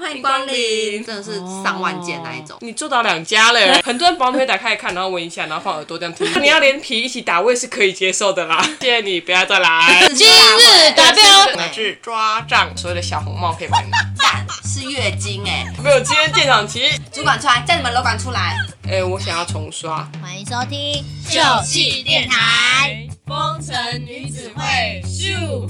欢迎光临，哦真的是上万件那一种。你做到两家了，很多人保姆会打开来看，然后闻一下，然后放耳朵这样听。你要连皮一起打，我也是可以接受的啦。 谢谢你，不要再来。今日达标对拿去抓账，所有的小红帽可以买你。蛋是月经哎、没有今天鉴赏期，主管出来，叫你们楼管出来。哎、我想要重刷。欢迎收听秀气电台，风尘女子会。咻，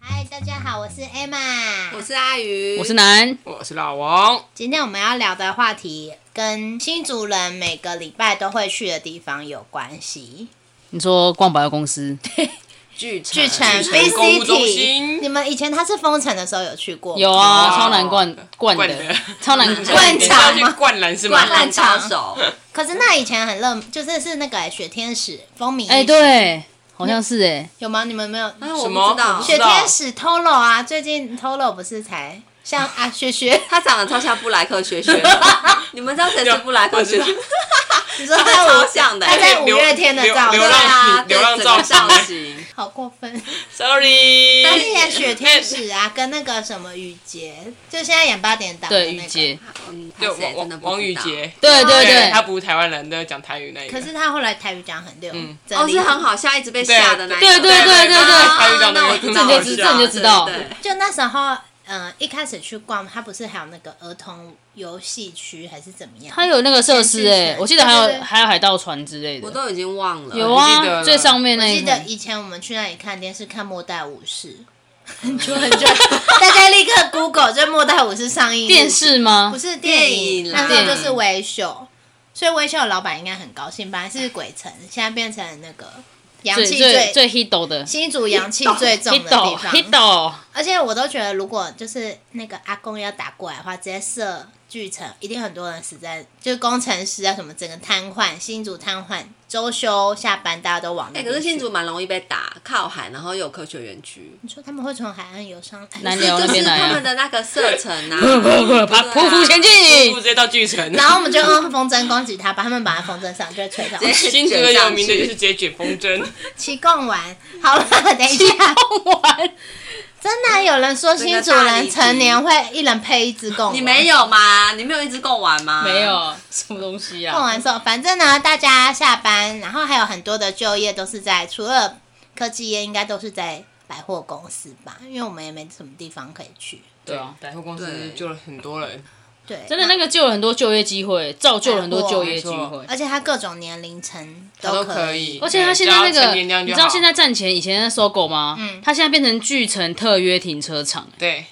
嗨，大家好，我是 Emma，我是阿鱼，我是男，我是老王。今天我们要聊的话题跟新族人每个礼拜都会去的地方有关系。你说逛百货公司，巨城巨城城 B 购 C 物中心 T，你们以前它是封城的时候有去过吗？有有啊，啊超难灌灌灌的的，超难灌你是要去肠吗灌篮是吗？灌篮高手，可是那以前很热，就是是那个、欸雪天使风靡，哎、，对，好像是哎、有吗？你们没有？哎，我什不么知道我不，知雪道天使 Tolo 啊，最近 Tolo 不是才像啊雪雪，他长得超像布莱克学 学，你们知道谁是布莱克学学？你说他他超五像的他哎在五月天的照对流流片流浪啊，流对浪整造个型造型，好过分！ Sorry，但是演雪天使啊，跟那个什么雨洁，就现在演八点档的对，那个雨洁，嗯，对他谁真的不王知道王宇。杰，对对对，他不是台湾人，都讲台语那一个。可是他后来台语讲很溜，嗯真哦，厉是害很好笑，一直被吓的那一种。对对对对对啊台语讲的那我知道这了，你就知这你就知道对对对就那时候，嗯，一开始去逛，他不是还有那个儿童游戏区还是怎么样？它有那个设施哎、全是水我记得还有对对对还有海盗船之类我的，都已经忘了。有我记得啊，了最上面我那记一得层，以前我们去那里看电视看《末代武士》，很久很久，大家立刻 Google 就《末代武士》上映日期电视吗不？是电电影，影啦那时候就是微秀，所以微秀的老板应该很高兴，本来是鬼城，现在变成那个阳最气最最 hit 的新竹阳气最重的地 hit 方。 hit，而且我都觉得，如果就是那个阿公要打过来的话，直接射巨城，一定很多人死在，就是工程师啊什么，整个瘫痪，新竹瘫痪，周休下班大家都往那哎，边可是新去竹蛮容易被打，靠海，然后又有科学园区，你说他们会从海岸游上南流流就那是边来他们啊，的那个射程啊，把匍匐前不进直。接到巨城。然后我们就用风筝攻击他，把他们把他风筝上就会吹 上啊直接新竹的有名的就是直接卷风筝，七贡丸，好了，等一下，玩真的有人说新主人成年会一人配一只贡丸，你没有吗？你没有一直共玩吗？没。有什么东西贡啊？丸兽？反正呢，大家下班，然后还有很多的就业都是在，除了科技业，应该都是在百货公司吧，因为我们也没什么地方可以去。对啊，百货公司对救了很多人，对，真的那个救了很多就业机会，造就了很多就业机没错会。而且它各种年龄层它都可可以。啊而且他现在那只要成个，年量你就知道好。现在站前以前在搜狗吗？嗯他现在变成巨城特约停车场、欸对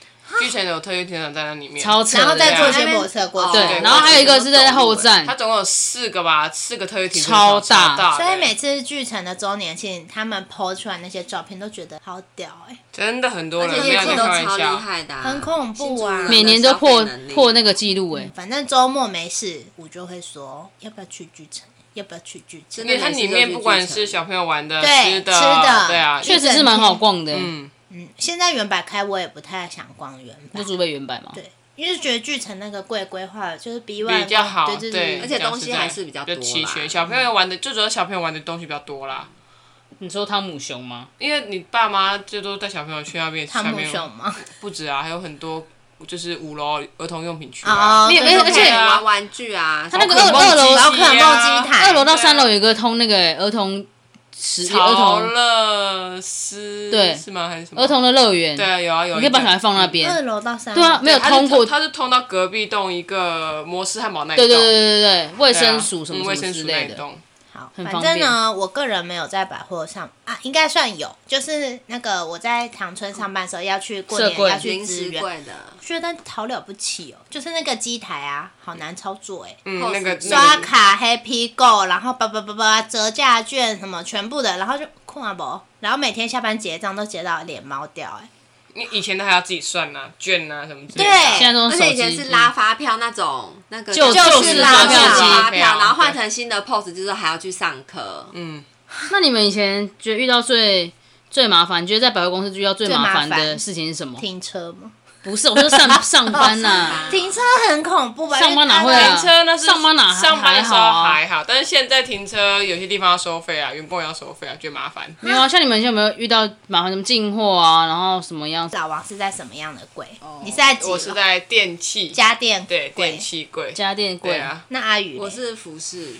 巨城有特约停车场在那里面，超扯然后的。再坐做接驳车过去，对哦对然后还有一个是在后站它，总共有四个吧，四个特约停车超场，大超大的，所以每次巨城的周年庆，他们 PO 出来那些照片都觉得好屌哎、真的很多而人，且没业有绩在都开超玩厉笑。害的啊、很恐怖啊新竹人的每年都破消费能力破那个记录哎，反正周末没事，我就会说要不要去巨城，要不要去巨真城因。为它里面不管是小朋友玩的、吃对吃的对啊，确实是蛮好逛的、欸。嗯，嗯，现在原版开我也不太想逛原就版，竹北原版嘛，对，因为觉得巨城那个贵规划就是 B 比较好，对对对，而且东西讲实在还是比较多啦就齐全。小朋友玩的，最主要小朋友玩的东西比较多啦，你说汤姆熊吗？因为你爸妈最多带小朋友去那边，汤下姆面熊吗？不止啊，还有很多就是五楼儿童用品区啊，哦，你对对哎而对且玩玩具啊，它那个宝可梦二二楼机宝可梦器啊机台，二楼到三楼有一个通那个欸儿童实儿陶童乐斯对是吗？还是什么儿？童的乐园，对啊，有啊有啊，你可以把小孩它放那二边。楼到三楼，对啊，没有是通过，对它是通到隔壁栋一个摩斯汉堡那一对栋，对对对对，卫对啊，生署什嗯么卫什么生之署类那一的。栋，好，很反方正便呢，我个人没有在百货上啊，应该算有，就是那个我在长春上班的时候要去过社年柜要去零支食援，柜的，觉得好了不起哦，就是那个机台啊，好难操作哎、嗯， Cos 那个刷那个卡 Happy Go，然后叭叭叭叭折价券什么全部的，然后就看不，然后每天下班结账都结到脸毛掉哎、你以前的还要自己算呐，券呐什么之类对的。现在都而哦是手且以机，嗯前是拉发票那种，那个就就是是拉拉票机发对票，然后换成新的 POS，就是还要去上课。嗯，那你们以前觉得遇到最最麻烦，你觉得在百货公司遇到最麻烦最麻的烦事情是什么？停车吗？不是，我说上 上班呐、停车很恐怖吧？上班哪会因为啊大停家车那是上班哪还上班的时候还好啊还好，但是现在停车有些地方要收费啊，原本要收费啊，觉得麻烦。没有啊，像你们有没有遇到麻烦什么进货啊，然后什么样子？老王是在什么样的柜？哦你是在啊几楼？我是在电器，家电对柜电。器柜，家电对柜啊。那阿宇嘞，我是服饰，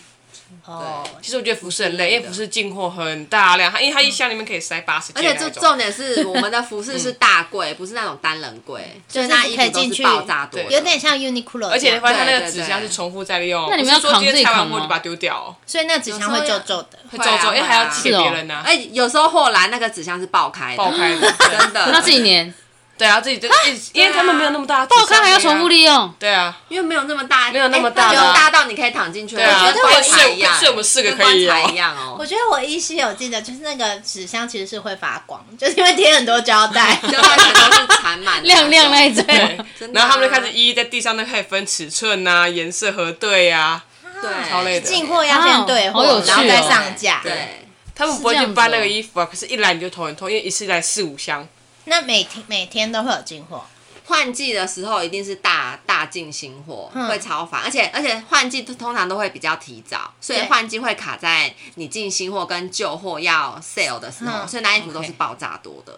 哦，其实我觉得服饰很累，因为服饰进货很大量，它因为它一箱里面可以塞八十而件且那重种。重点是我们的服饰是大柜，不是那种单人柜，就就是是那衣可以服都进是去爆炸多对的，有点像 Uniqlo，而且你这样发现它那个对对纸箱对是重复在利用，那你们不是要说今扛自天己拆完扛货吗就把它丢掉哦，所以那纸箱会皱皱的。会皱会啊皱，因为还要寄给会啊别人呢，哎，有时候货篮那个纸箱是爆开爆的，开 的，对真的，那自己粘，对啊，自己 就一直因为他们没有那么大，爆开还要重复力，利用，对 啊，因为没有那么大，没有那么哎大就的啊大到你可以躺进去，对啊我觉得我跟睡一样，跟睡我们四个跟可以棺材哦一样哦我。觉得我依稀有记得，就是那个纸箱其实是会发光，就是因为贴很多胶 带。就完全都是缠满的那 亮种亮那一种。对真的然啊后他们就开始一一在地上那开始分尺寸啊、颜色核对啊，对，超累的进货要先对货，好有趣然哦后再上架。对，他们不会是这去样子搬那哦个衣服啊，可是一来你就头很痛，因为一次来四五箱，那每天每天都会有进货，换季的时候一定是大大进新货，嗯会超烦，而且而且换季通常都会比较提早，所以对换季会卡在你进新货跟旧货要 sale 的时候，嗯所以那衣服都是爆炸多的，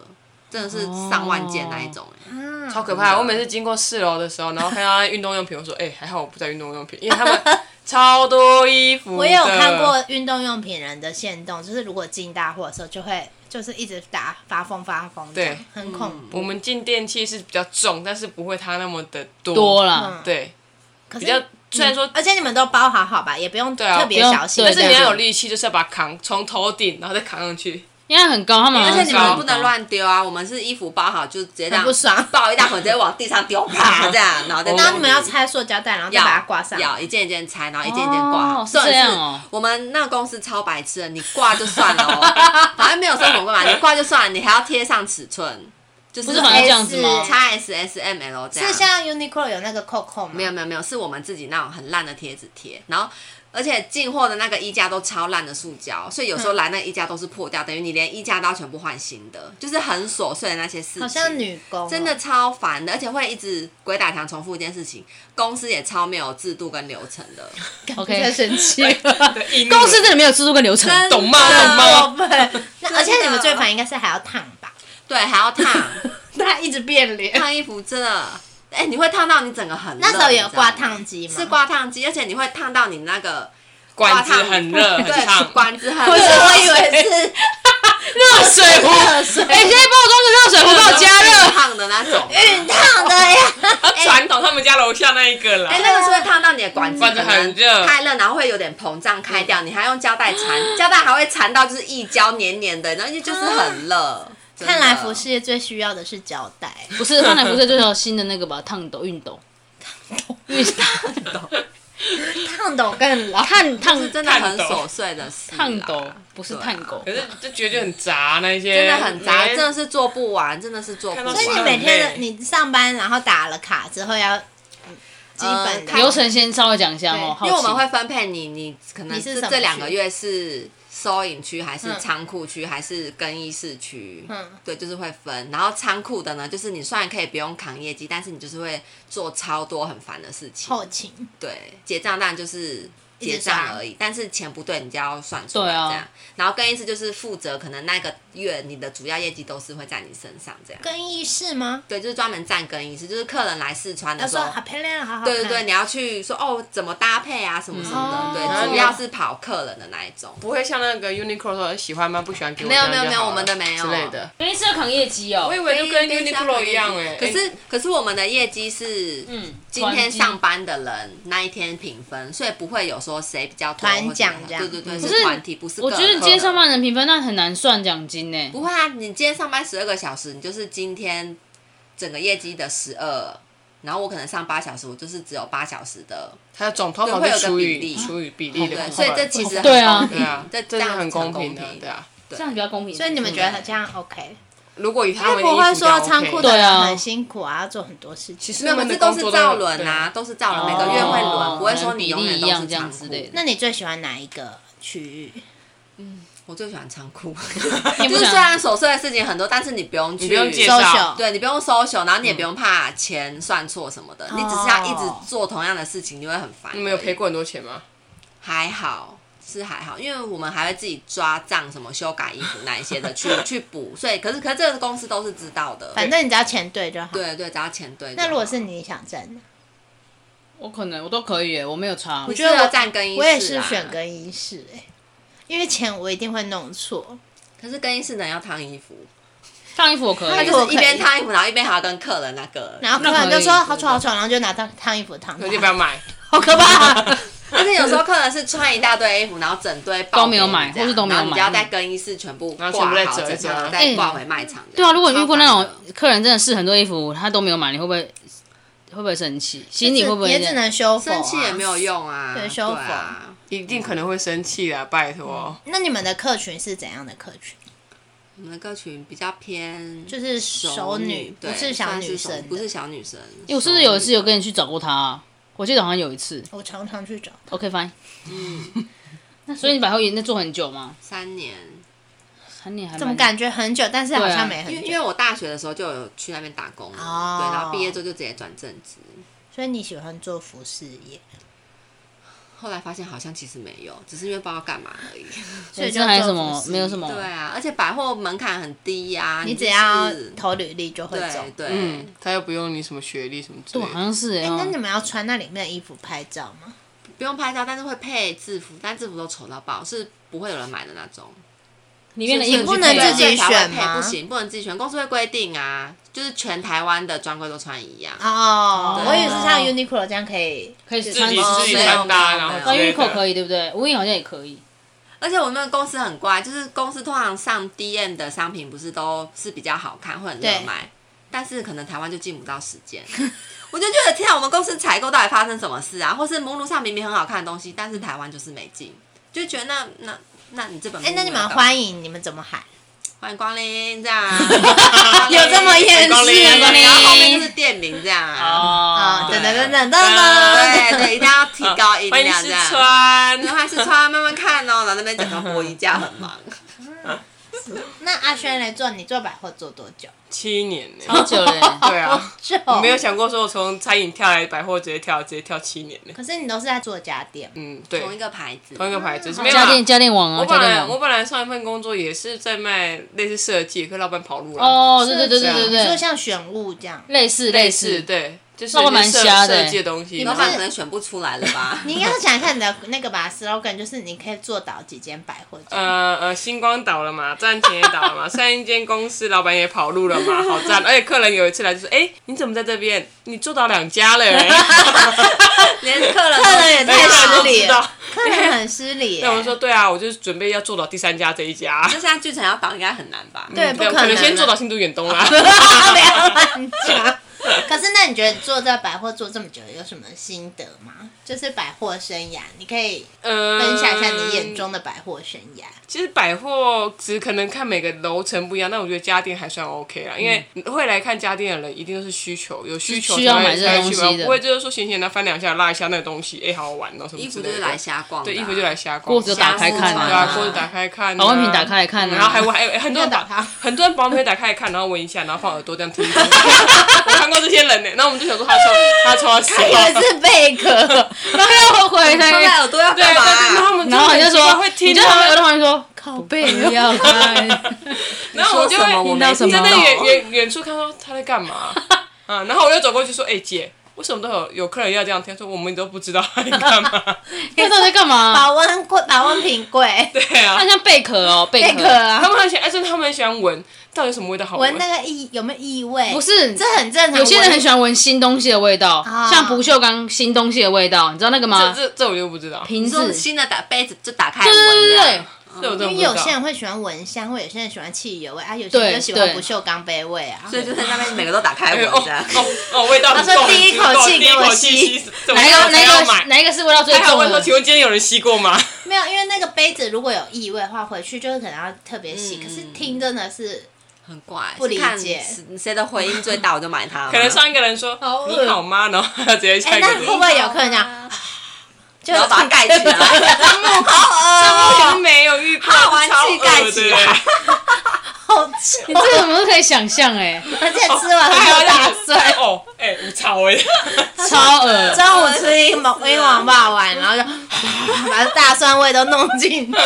真的是上万件那一种、欸。超可怕。我每次经过四楼的时候，然后看到运动用品，我说：“哎、还好我不在运动用品，因为他们超多衣服。”我也有看。过运动用品人的限动，就是如果进大货的时候，就会就是一直打发疯发疯，对，很恐怖。我们进电器是比较重，但是不会它那么的多。多啦，嗯，啊对，可比是嗯较虽然说，而且你们都包好好吧，也不用对啊特别不用小心。对但是你对要有力气，就是要把它扛从头顶，然后再扛上去。因为很高，他们而且你好像们很不高能， 乱丢啊！我们是衣服包好就直接这样，很不 爽抱一大捆直接往地上丢，啪这样，然后再我然拿哦后你们要拆塑胶袋，然后再要把它挂上。要一件一件拆，然后一件一件挂好。哦是重点这样哦我们那个公司超白痴的，你挂就算了 哦，反正没有说什么干嘛，你挂就算了，你还要贴上尺寸，就是不是反正这样子吗 S 叉 S S M L 这样。是像 Uniqlo 有那个扣扣吗？没有没有没有，是我们自己那种很烂的贴纸贴，然后。而且进货的那个衣架都超烂的塑胶，所以有时嗯候来那个衣架都是破掉，等于你连衣架都要全部换新的，就是很琐碎的那些事情。好像女工哦、真 的超烦的，而且会一直鬼打墙重复一件事情，公司也超没有制度跟流程的， OK 在生 气，公司真的没有制度跟流程，懂吗？懂吗？那而且你们最烦应该是还要烫吧？对，还要 烫 那一直变脸。烫衣服，真的，哎、你会烫到你整个很热那时候有挂，你烫机知吗？道吗是挂烫机，而且你会烫到你那个管子烫很热，很对，烫，管子很不是，热。我以为是热水壶。 哎，现在帮我装个热水壶，帮我 加热。烫的那种，熨烫的呀。传统他们家楼下那一个啦哎、，那个是会烫到你的管子，管子很热可能太热，然后会有点膨胀开掉，你还用胶带缠，胶带还会缠到就是一胶黏黏的，然后就就是很热。真的看来服饰业最需要的是胶带。不是，看来不是就是有新的那个吧，烫斗、熨斗、熨烫斗、烫斗更老，烫烫是真的很琐碎的事啦，啊烫斗，不是对啊烫狗可。是就觉得就很杂那一些，真的很杂，没真的是做不完，真的是做不完。看到所以手你每天的你上班，然后打了卡之后要嗯基本的看流程先稍微讲一下哦，好因为奇我们会分配你，你可能你是是什么这两个区月是收银区，还是嗯仓库区，还是更衣室区？嗯嗯，对，就是会分。然后仓库的呢，就是你虽然可以不用扛业绩，但是你就是会做超多很烦的事情。后勤。对，结账当然就是一直结算账而已，但是钱不对你就要算出来对啊这样。然后更衣室就是负责可能那个月你的主要业绩都是会在你身上这样。更衣室吗？对，就是专门站更衣室，就是客人来试穿他的时说候，好漂亮，好好看。对对对，你要去说哦，怎么搭配啊，什么什么嗯的，哦对，主要是跑客人的那一种。不会像那个 Uniqlo 说哎喜欢吗？不喜欢给我没有这样就没有没好有我们的没有之类的。更衣室要扛业绩哦我以。为就跟跟 Uniqlo 一样哎，可是可是我们的业绩是，嗯今天上班的人那一天评分，所以不会有说谁比较多团或者奖这样对对对，可是是团体，不是个我人。觉得你今天上班人评分那很难算奖金呢。不会啊，你今天上班十二个小时，你就是今天整个业绩的十二，然后我可能上八小时，我就是只有八小时的它的总通常对会是有个除比以例哦除以比例对，的部分，所以这其实很对啊公对啊平， 这这这是样很子很公公平的，对啊。对这样比较公平。所以你们觉得这样 OK？如果以他他们不会说仓仓库库的对人啊很辛苦啊，要做很多事其情。实没有，他可们是的都工是作造都轮啊，都是造轮，哦每个月会轮，不会说你比例永远一都样是这样仓之库。类的那你最喜欢哪一个区域？我最喜欢仓库，你也就不是想虽然琐碎的事情很多，但是你不用去，你不用介收绍手，对你不用搜寻，然后你也不用怕钱算错什么的，你只是要一哦直做同样的事情，你会很烦。你们有赔？过很多钱吗？还好。是还好，因为我们还会自己抓账，什么修改衣服那一些的去去补，所以可是可是这个公司都是知道的，反正你只要钱对就好。对对，只要钱对就好。那如果是你想挣的，我可能我都可以耶，我没有差我。觉觉得得我站更衣室，啊我也是选，更衣室哎、因为钱我一定会弄错。可是更衣室的人要烫衣服，烫衣服我可他以烫衣就服，是一边烫衣服，然后一边还要跟客人那个，然后客人就说好丑好丑，然后就拿烫烫衣服烫那就不 要买。好可 怕！啊而且有时候客人是穿一大堆衣服，然后整堆包都没有买给你这样或是都没有买哎然后你就要在更衣室全部挂然好，后全部再折一整条折再挂回卖场。对啊，如果你遇过那超烦的种客人真的试很多衣服，他都没有买，你会不会会不会生气？心里会不会也只能修 复、啊？生气也没有用啊，对对修复啊。一定可能会生气啊！拜托，那你们的客群是怎样的客群？我们的歌曲比较偏就是熟女，对不是小算女熟生的。不是小女生。因为我是不是有一次有熟女跟你去找过他啊？我记得好像有一次。我常常去找 OK fine。那所以你百货业那做很久吗？三年？三年还蛮怎么？感觉很久，但是好像没啊因为很因久。为我大学的时候就有去那边打工了，哦对，然后毕业之后就直接转正职。所以你喜欢做服饰业，后来发现好像其实没有，只是因为不知道干嘛而已。所以人就生还有什做么服饰没有什 么？对啊，而且百货门槛很低呀、啊，你就只要是投履历就会走。对对，嗯，他又不用你什么学历什么之对，类好的，像是哎、哎、哦那你欸。们要穿那里面的衣服拍照吗？不用拍照，但是会配制服，但制服都丑到爆，是不会有人买的那种。里面的衣是服不去能配啊自己所以才会选配吗不行，不能自己选，公司会规定啊，就是全台湾的专柜都穿一样。哦，对啊我以为是像 Uniqlo 这样可以。可以自己穿自己哦自己没有穿搭，没有然后没有穿之类衣的口可以对不对？无印好像也可以。而且我们公司很乖，就是公司通常上 DM 的商品不是都是比较好看，会很热卖，但是可能台湾就进不到时间。 我就觉得天啊，我们公司采购到底发生什么事啊？或是目录上明明很好看的东西，但是台湾就是没进，就觉得那那那你这本哎、那你们迎欢迎你们怎么喊？欢迎光临这样， 有这么厌世光临光临然后后面就是店名这样啊。啊，哦等等对等等等对等，对，一定要提高音欢迎量这试样。穿，然后还是穿慢慢看哦，然后那边讲到博一家很忙，那阿轩来做，你做百货做多久？七年呢， 好久了欸、 对啊，久，我没有。想过说我从餐饮跳来百货，直接跳直接跳七年呢。可是你都是在做家电，嗯， 对，同一个牌子，同一个牌子，嗯没有家啦电家电网啊，我家本电来我网。本来上一份工作也是在卖类似设计，可是老板跑路了。，哦，对对对对啊你对说对，像选物这样，类似类似似，对，就是那我蛮设瞎的设欸计的东西。老板可能选不出来了吧？ 你应该想一下你的那个吧 slogan，就是你可以做倒几间百货。呃呃，星光倒了嘛，站前也倒 了嘛，上一间公司老板也跑路了嘛，好赞！而且客人有一次来就说：“哎、你怎么在这边？你做到两家了、 欸。连客人都客人也”太哎客人失都礼知了道，。客人很失礼耶。那我就说：“对啊，我就是准备要做到第三家这一家。那现在剧城要绑应该很难吧？对，嗯不对”可能能啊。先做到新都远东 啦。不要乱讲。 可是，那你觉得你做在百货做这么久，有什么心得吗？就是百货生涯，你可以呃，分享一下你眼中的百货生涯。嗯其实百货只可能看每个楼层不一样，但我觉得家电还算 OK 啦，因为会来看家电的人一定都是需求，有需求嗯需要才会买这才会东去西买的不会就是说闲闲的翻两下拉一下那个东西，哎、好好玩哦、什么衣服之类的。就是来瞎逛的啊，对，衣服就来瞎逛，锅子就打开看啊对啊，锅子打开看、啊，保温瓶打开来看啊然后还闻，还、很多人嗯不要打把它很多人保温瓶打开来看，然后闻一下，然后放耳朵这样听。 我看过这些人呢、然后我们就想说他抽他抽到谁以啊？为是贝 壳，然后又回放哎在耳朵要对啊干对对，然嘛？后我们然后你就很奇怪说，会听你就在啊我的旁边说靠背不要 看，然后我你就说什么会我你没在听那到远远远处看到他在 干嘛啊，然后我就走过去说：“哎、姐，为什么都有有客人要这样听？说我们都不知道他在干嘛。 那到底在干 嘛？保温柜、保温瓶”柜，对啊它，像贝壳哦，贝贝壳壳，他啊，们很喜欢，而且他们很喜欢闻，到底有什么味道好闻那个异有没有异味？不，是这很正常。有些人很喜欢，欢闻新东西的味道，啊像不锈钢新东西的味道，你知道那个这吗？这这我就不知道，瓶你子说，新的打杯子就打开对闻对对对这对样，这我真的因不知为道有。些人会喜欢蚊香味，有些人喜欢汽油味啊，有些人就喜欢对不对锈钢杯味啊。所以就在那边每个都打开哎闻哦这样。哦哦，味道很他重。说第一口气第一给我口吸气吸， 怎么哪一样个哪才一要个买？哪一个是味道最还好重问说，的？请问今天有人吸过 吗？没有，因为那个杯子如果有异味的话，回去就是可能要特别洗。嗯可是听真的是很怪，不理看解谁谁的回音最大，我就买它嘛。可能上一个人说好恶你好吗？然后他直接哎、下一个那会不人。会有客人讲？啊就啊 然后把它盖 起来，我好已恶经没有遇过，呃把玩超具盖恶起的来，好吃，你这个我们都可以想象 哎、而且吃 哦完还还要有打打碎。哦，哎，我操哎，超恶中午吃一毛一网霸丸，然后就把大蒜味都弄进去，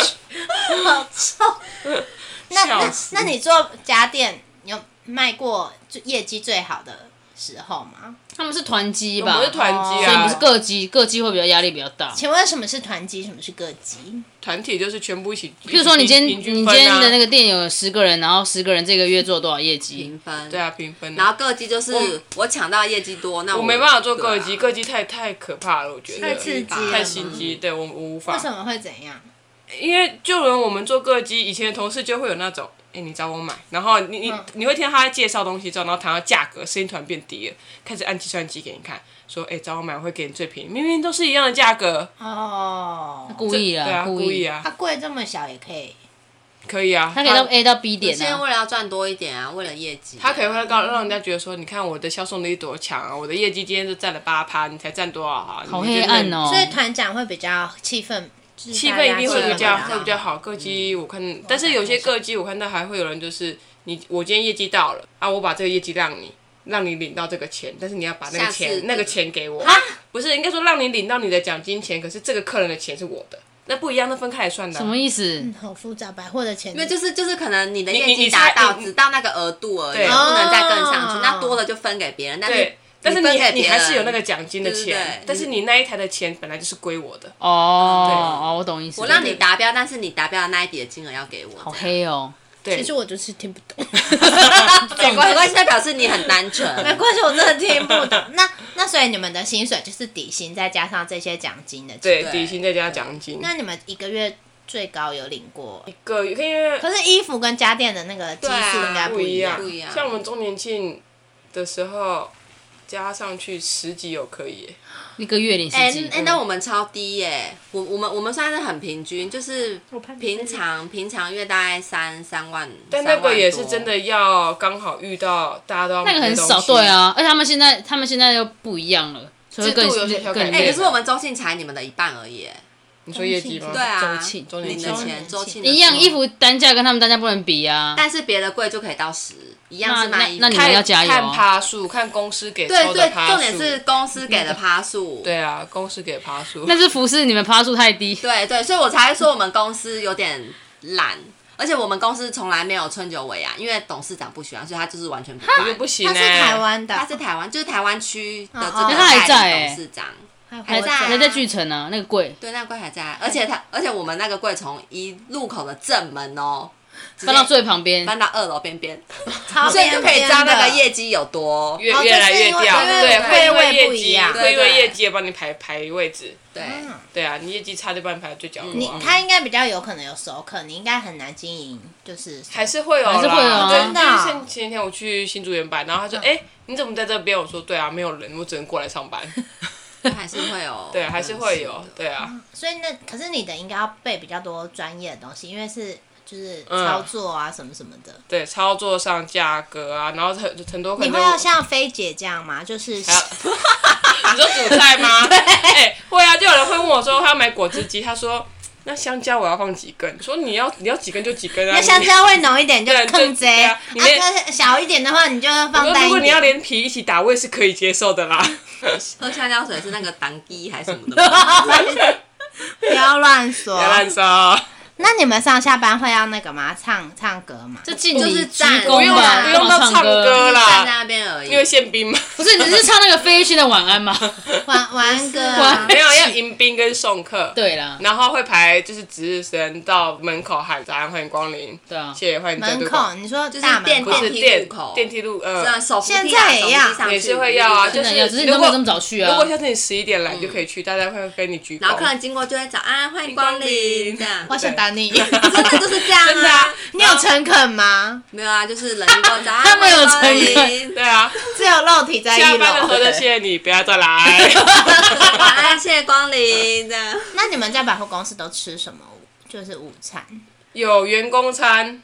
好臭。 那那笑死那你做家电你有卖过就业绩最好的时候吗？他们是团鸡我吧？们是团哦鸡所以你啊们是，各鸡，各鸡会比较压力比较大。请问什么是团鸡，什么是各鸡？团体就是全部一起。譬如说，你今天、平均你今分啊天的那个店有十个人，然后十个人这个月做多少业绩？平分对。啊，平分啊。然后各级就是我抢到的业绩多，那我我我没办法做各对级，啊各级太太可怕了，我觉得太刺激了太心机，对我我无法为。什么会怎样？因为就连我们做各机，以前的同事就会有那种，哎、你找我买，然后你你、嗯你会听到他在介绍东西之后，然后谈到价格，声音突然变低了，开始按计算机给你看，说，哎、找我买我会给你最便宜，明明都是一样的价格，哦，故意对啊，啊，故意。啊，它柜这么小也可以，可以啊，他可以到 A 到 B 有点些人啊，为了要赚多一点啊，为了业绩啊，他可能会告让人家觉得说，你看我的销售力多强啊，我的业绩今天就占了八趴，你才占多少啊？好你就黑是暗哦、所以团长会比较气氛，就是气大氛家一定会比气氛较比较会比较好。各机我看，但是有些各机我看到还会有人就是你，我今天业绩到了啊，我把这个业绩让你，让你领到这个钱，但是你要把那下个次钱那个钱给我，不是应该说让你领到你的奖金钱，可是这个客人的钱是我的，那不一样，那分开来算的啊。什么意思？嗯好复杂，百货的钱因为就是就是可能你的你业你绩你达才到你只到那个额度而已，对不能再更上去哦，那多了就分给别人，但是对，但是你分给你别你还是有人那个奖金的对对钱对，但是你那一台的钱本来就是归我的。哦哦，我懂意思。我让你达标，但是你达标的那一笔的金额要给我，好 黑哦、对其，实我就是听不懂。 没关系，没关系，代表是你很单纯。 没关系，我真的听不懂。那那所以你们的薪水就是底薪，再加上这些奖金的钱。对，对底薪再加奖金，那你们一个月最高有领过？个因为可是衣服跟家电的那个基数应该啊不一样，不一样像我们周年庆的时候加上去十几有可以耶，一个月领十哎几，哎，那我们超低耶，我我们我们算是很平均，就是平常平常月大概三三万，但那3万个多也是真的要刚好遇到大家都要那个买很东西少，对，啊，而且他们现在他们现在又不一样了，所以更制度有些调更整哎，累可是我们周庆才你们的一半而已耶，你说业绩吗？对啊，嗯周庆周年你庆的钱周庆的一样钱衣，服单价跟他们单价不能比啊。但是别的贵就可以到十，一样是那卖衣服。那你看们要加油看趴数，看公司给对抽的对，趴数，重点是公司给的趴 数。对啊，公司给趴数，那是服饰你们趴数太低，对对，所以我才会说我们公司有点懒，而且我们公司从来没有春酒尾啊，因为董事长不喜欢，所以他就是完全不我就办。不行哎他呢。是台湾的，他是台湾，就是台湾区的这哦哦个那他还在代理欸董事长，还还在在啊啊还在巨城啊，那个贵，对，那柜还在啊，而且他，而且我们那个柜从一入口的正门哦，直接搬到最旁边。搬到二楼边边，超所以就可以知道那个业。业绩有多越哦越来就是越因掉，为对对，对会因为对业不一绩，样会因对为对业绩也帮你排排位置，对。嗯对啊，你业绩差就帮你排到最角落啊。你他应该比较有可能有熟客，你应该很难经营，就是还是会有啦，还是会有啊对真的啊就是前前天我去新竹原版，然后他说：“哎、你怎么在这边？”我说：“对啊，没有人，我只能过来上班。还是会有”， 对啊，还是会有，对啊，所以那可是你的应该要背比较多专业的东西，因为是就是操作啊什么什么的。对，操作上价格啊，然后很很多你很会多，要像菲姐这样吗？就是还要你说煮菜吗？哎、会啊，就有人会问我说 他要买果汁机，他说：“那香蕉我要放几根？”我说：“你要你要几根就几根啊。那你”香蕉会浓一点就对更对贼，啊，对啊你那那小一点的话你就我放说淡如果一你要点。连皮一起打，我也是可以接受的啦。喝香蕉水是那个当机还是什么的 吗？ 不要乱说别。乱说，那你们上下班会要那个吗？唱唱歌吗？这敬礼就是鞠站躬不用吧，啊不用到干嘛唱歌。歌站在 啦，那边而已因。为宪兵嘛。不是，你是唱那个飞去的晚安吗？ 玩玩歌啊玩没有要迎宾跟送客。对啦，然后会排就是值日生到门口喊早安欢迎光临，对啊，谢谢欢迎登门对口，光你说是大门电不口是电梯电入口电梯路，虽然嗯，手扶梯啊现在也要手扶梯上去也是会要啊对就对是真的有，只是你都没有这么早去如啊果。下次你十一点来就可以去，大家会跟你鞠然后客躬。人经过就会早安，欢迎光临这样。我想打你，真的就是这样 真的啊啊，， 你有诚恳吗？没有啊，就是人经过早安，他们有欢迎光诚临，对啊，只有肉体哎在下一班的时候楼。就谢谢你，不要再来。 晚安，谢谢光临这样。 那你们在百货公司都吃什么？就是午餐有员工餐，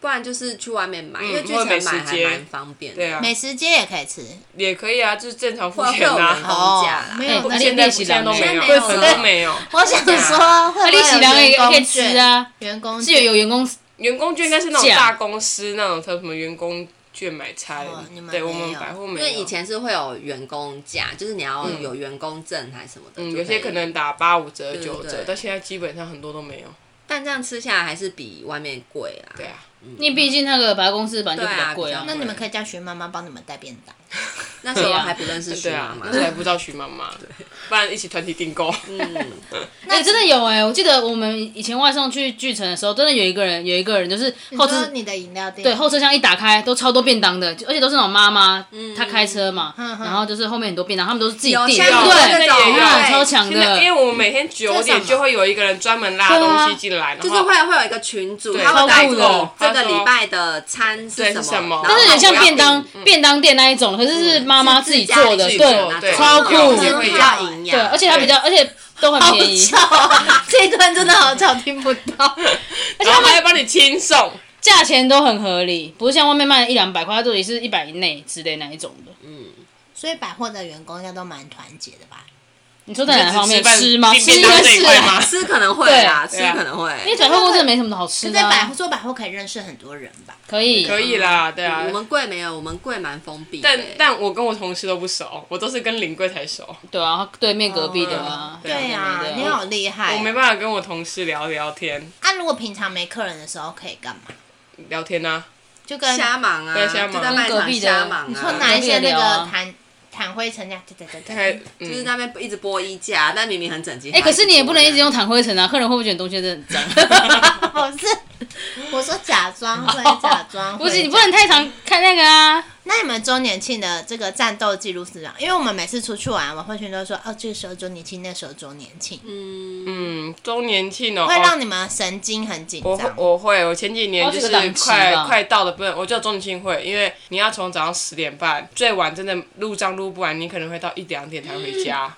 不然就是去外面买，嗯因为剧或场者美买食还街蛮方便的。对啊，美食街也可以吃，哦也可以啊，就是正常付会会钱有人哦啊。工价啦，没哎有不那啊现练在练不习现在都狼没欸有，现在没有粉了都没有。我想说，会不会利息粮有也员工可以吃券，啊，员工是有券有员工员工券应该是那种假大公司那种，什么员工券买菜哦你们对我没们有百货因没有。为以前是会有员工价，就是你要有员工证还是什么的，嗯，就有些以可，能打八五折、对对九折对，但现在基本上很多都没有。但这样吃下来还是比外面贵啦。对，啊，因为毕竟那个百货公司本来就比较贵啊对啊比较。那你们可以叫徐妈妈帮你们带便当。那时候还不认识徐对妈啊，妈那，时候还不知道徐妈妈，不然一起团体订购。嗯，哎、真的有哎、我记得我们以前外送去巨城的时候，真的有一个人，有一个人就是后或者车你的饮料店，对后车厢一打开都超多便当的，就而且都是那种妈妈，她开车嘛，嗯然后就是后面很多便当，他们都是自己有订，现在对不有对？那种哇对超强现在的，因为我们每天九这是什点么就会有一个人专门拉东西进来，然啊就是后会会有一个群主，对他会带超酷的过这个礼拜的餐是对什是什么么，但是很像便当然后我要订便当店那一种，可是是妈妈自己做的，自己做做对那对种啊超酷有很些好会比较营对，而养，且它比较，而且都很好便宜，吵啊！这一段真的好吵，听不到。然后还要帮你清送。价钱都很合理，不是像外面卖的一两百块，它都也是一百以内之类那一种的。 嗯，所以百货的员工应该都蛮团结的吧？你说在哪方面就只吃饭吃吗？订吃便应当该这一是块啊吗？吃可能会啦，吃对啊可能因为会。转货公司没什么好吃可的在百啊货，做百货可以认识很多人吧？可以可以啦，对啊嗯我。们贵没有，我们贵蛮封闭的但欸，但我跟我同事都不熟，我都是跟领柜才熟，对啊，对面隔壁的啊，对啊对啊，对对对你好厉害哎我没哦。办法跟我同事聊聊天，啊，如果平常没客人的时候可以干嘛？聊天啊，就跟瞎忙啊，对瞎忙就在卖跟隔场壁的瞎忙你说啊。拿一些那聊啊个弹弹灰尘这样，对对对大概对，嗯就是那边一直播衣架，但明明很整齐。哎、可是你也不能一直用。用弹灰尘啊，客人会不会觉得东西真的 很脏？ 我是我说假装会假装 会，不是，你不能太常看那个啊。那你们周年庆的这个战斗记录是怎样？因为我们每次出去玩，我们会全都说哦，这个时候周年庆，那时候周年庆，嗯，周年庆哦，会哦让你们神经很紧我会张。我会，我前几年好就几是哦个档期快吧快到的，不是，我叫中年庆会，因为你要从早上十点半，最晚真的入账录不完，你可能会到一两点才回家，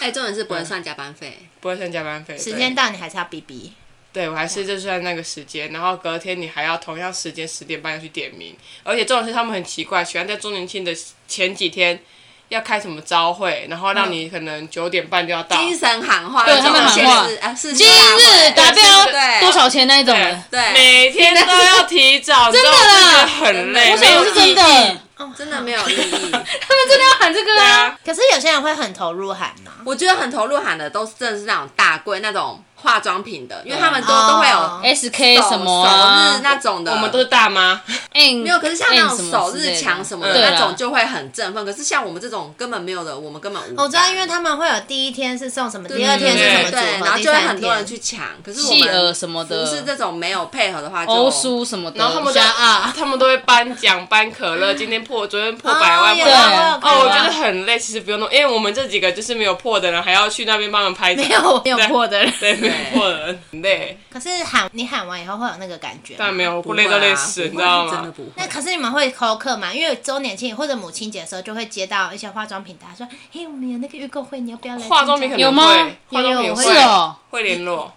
哎、重点是不能算加班费，不会算加班费。对时间到，你还是要逼逼。对我还是就算那个时间，然后隔天你还要同样时间十点半要去点名，而且这种事他们很奇怪，喜欢在周年庆的前几天要开什么招会，然后嗯让你可能九点半就要到。嗯精神喊话，对有这种他们喊话限制啊，是今日达标对多少钱那一种的？对，每天都要提 早，真的啦很累，我没想有的是真的，意义他哦，真的没有意义。们真的要喊这个对啊！啊，可是有些人会很投入喊嘛，我觉得很投入喊的都是真的是那种大柜那种化妆品的，因为他们都、哦都会有 SK 啊手什么手日啊？那种的，我们都是大妈。没没有。可是像哎那种手日强什么的那种就就会很振奋，可是像我们这种根本没有的，我们根本无感。哦我知道，因为他们会有第一天是送什么，对第二天是什对么组对合，然后第就会三很多人天。去抢，可是我企鹅们什么不是的，这种没有配合的话就，欧舒什么的，然后他们都加啊，他们都会颁奖、颁可乐，今天破，昨天破百万，哦破百对万有哦，我我有看到觉得很累，其实不用弄，因为我们这几个就是没有破的人，还要去那边帮忙拍照，没有没有破的人，对，没有破的人很累，可是喊你喊完以后会有那个感觉吗。但没有不累会啊到累死，不你会知道真的吗？不会。那可是你们会扣客嘛？因为周年庆或者母亲节的时候，就会接到一些化妆品打说：“嘿，我们有那个预购会，你要不要来参加？”化妆品可有能吗会，化有妆有品我会是哦会联络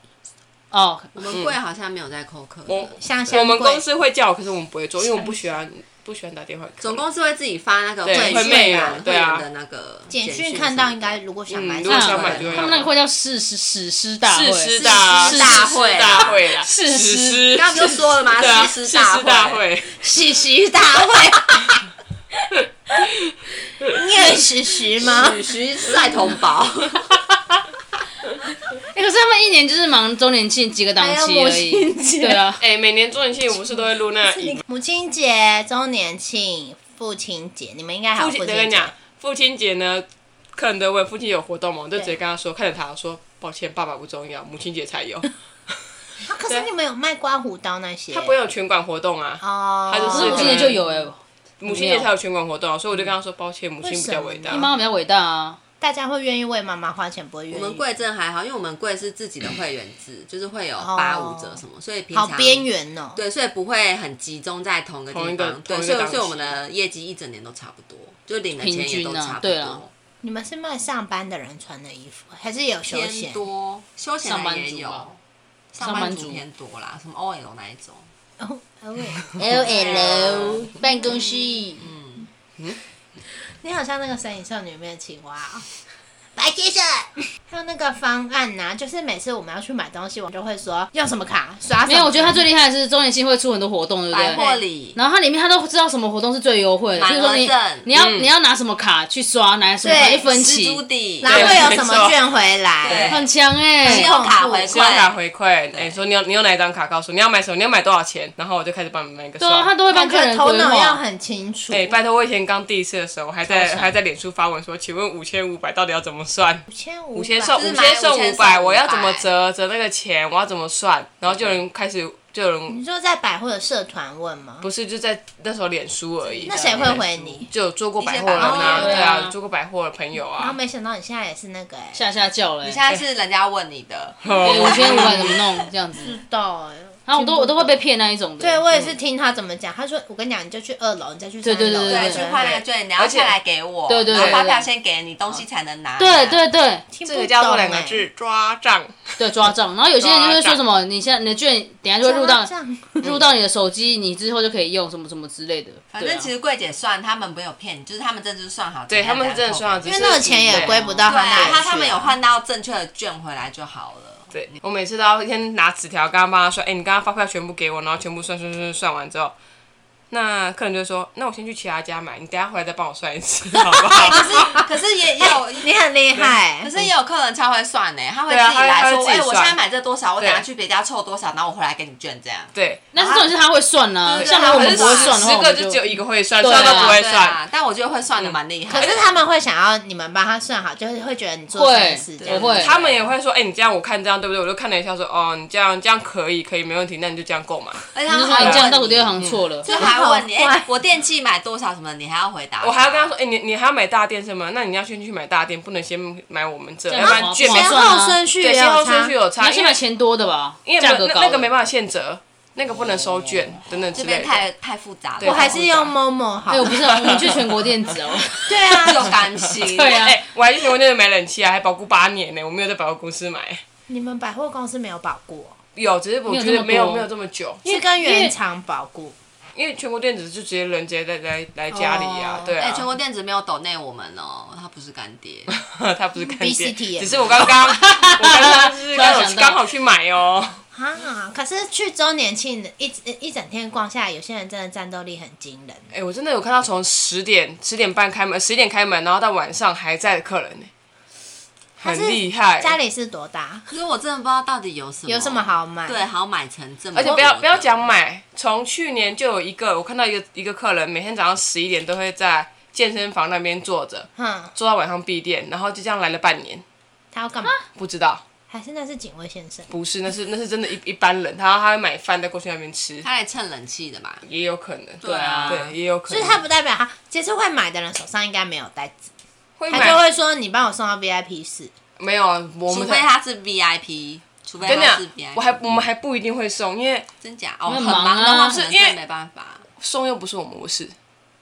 哦，我们柜好像没有在扣客的，我，像我像们贵公司会叫我，可是我们不会做，因为我们不喜欢不喜欢打电话给客人。总公司会自己发那个对会会员 mail，版会对啊员的那个简讯讯看到应该，如果想买，嗯如果想买就会啊他们那个会叫誓师史诗大会，誓师大誓师大会大会啦，誓誓师师刚刚不就说了吗？对啊，誓誓师师大大会，喜食 大会。你有喜食吗？许徐赛同 胞，哎，可是他们一年就是忙周年庆几个档还有期母而已亲，节对 啊，哎，每年周年庆我不是都会录那影母亲节、周年庆、父亲节，你们应该还有父父亲，亲我跟你节讲。，父亲节呢，客人都会问父亲节有活动吗？我就直接跟他说，看着他说，抱歉，爸爸不重要，母亲节才有。啊可是你们有卖刮胡刀那些？他不会有全馆活动啊，哦，他就可是是母亲节就有哎、母亲节才有全馆活动啊，所以我就跟他说，抱歉，母亲比较伟为什大么。妈妈比较伟大啊。大家会愿意为妈妈花钱，不会愿我意。们贵镇还好，因为我们贵是自己的会员制，就是会有八五折什么，所以平哦好常边缘哦。对，所以不会很集中在同个同地一个方，同对，一所个以档所以我们期的业绩一整年都差不多，就领的钱也平都均啊差不对啊多，你们是卖上班的人穿的衣服，还是有休偏闲？多，休闲上的班也族有吧，上上班班族族偏多啦，什么 OL 那一种， L 哦 L L 办公室，你好像那个《神隐少女》里面的青蛙、哦，白先生。还有那个方案呐、就是每次我们要去买东西，我就会说用什么卡刷什么。没有，我觉得他最厉害的是周年庆会出很多活动，对不百对？货里然后它里面他都知道什么活动是最优惠的，满就是说你额赠你要嗯你要拿什么卡去刷，拿什么卡对一分蜘期蛛，底，然后会有什么券回对来？很强信哎用卡回信用卡馈，回馈，哎、说你有你有哪一张卡，告诉我你要买什么，你要买多少钱，然后我就开始帮你们一个对啊，算。他都会帮感客觉人头规脑要划。很清楚。哎、拜托！我以前刚第一次的时候，我还在超还在脸书发文说，请问五千五百到底要怎么算？五千五，五千送就五是买千送5500五百，我要怎么折折那个钱？我要怎么算？然后就有人开始，就有人你说在百货的社团问吗？不是就在那时候脸书而已。那谁会回你？就有做过百货人一啊，些百货对对啊，啊做过百货的朋友然后啊。 没想到你现在也是那个哎、下下叫了、你欸，现在是人家问你 的，五我 千五 百怎么弄这样子？知道哎、然啊后我都我都会被骗那一种的。对，嗯我也是听他怎么讲。他说：“我跟你讲，你就去二楼，你再去三楼，对对对对，对去对换那个券，你要而且下来给我，对对对然后发对票先给你，东西才能拿。对对对听不这个叫做懂两个哎字抓账，对抓账，然后有些人就抓会说账什么，你现在你的券等一下就会入到欸这样入到你的手机，你之后就可以用什么什么之类的。反对啊正其实柜姐算他们没有骗你，就是他们真的就是算好。对他们 是真的算好，对，因因为那个钱也归不到他那里去啊他他们有换到正确的券回来就好了。对我每次都要先拿纸条，刚刚帮他说，哎、你刚刚发票全部给我，然后全部算算算算完之后，那客人就会说，那我先去其他家买，你等一下回来再帮我算一次，好不好？可是 可是也也 有，你很厉害可。是也有客人超会算呢，他会对啊自己来他会他会说，自己哎，我算现在买这多少，我等下对去别家凑多少，然后我回来给你券这样。对，但是重点是他会算呢、对对像如果他我可们们是不会算的话，十我个们就就只有一个会算，其对啊他都不会对算。嗯啊，但我觉得会算的蛮厉害可的。是他们会想要你们帮他算好，就是会觉得你做会善事这样。我会他们也会说，哎、你这样我看这样对不对？我就看了一下说，哦，你这样这样可以，可以没问题，那你就这样购买。而且你他就们说还你这样到问底第二你，嗯行错了，就还问你，好哎坏，我电器买多少什么，你还要回答。我还要跟他说，哎、你你还要买大店是吗？那你要先去买大店，不能先买我们这，这要样不好然不券好没先算啊后顺序对也先后有顺差序。有你差，要先因买为钱多的吧，因为价格那高那个没法。办法现折，那个不能收券等等之这类边的。太太复杂了，对我还是用 Momo 好哎、。我不是，我们去全国电 子哦、对啊，又甘心。对啊哎、我还去全国店买冷气啊，还保固八年呢、我没有在百货公司买。你们百货公司没有保固哦，有，只是我没有觉得这么没有多没有这么久，是跟因为原厂保固。因为全国店只是就直接人直接来来来家里啊，哦对哎、啊，全国电子没有抖内我们哦，他不是干 爹，他不是干 VCT 爹，也只是我刚刚我刚刚 就是刚突然好想到刚好去买哦、啊！可是去周年庆一一整天逛下来，有些人真的战斗力很惊人。 哎、我真的有看到从十点十点半开门，十点开门，然后到晚上还在的客人呢、很厉害。家里是多大？因为我真的不知道到底有什么有什么好买？对，好买成这么而多的，且不要不要讲买，从去年就有一个，我看到一个一个客人每天早上十一点都会在健身房那边坐着，哼，坐到晚上闭店，然后就这样来了半年，他要干嘛？不知道还是那是警卫先生？不是，那是那是真的一一般人，他他会买饭再过去那边吃，他来蹭冷气的吧？也有可能，对啊对，也有可所能，以他不代表他，其实会买的人手上应该没有带纸，会他就买会说你帮我送到 VIP 室。没有啊，我除们非才他是 VIP，除非跟你他是讲， VIP，我还我们还不一定会送，因为真假哦，因为很忙啊忙的话，可是能因为真的没办法。送又不是我们的事，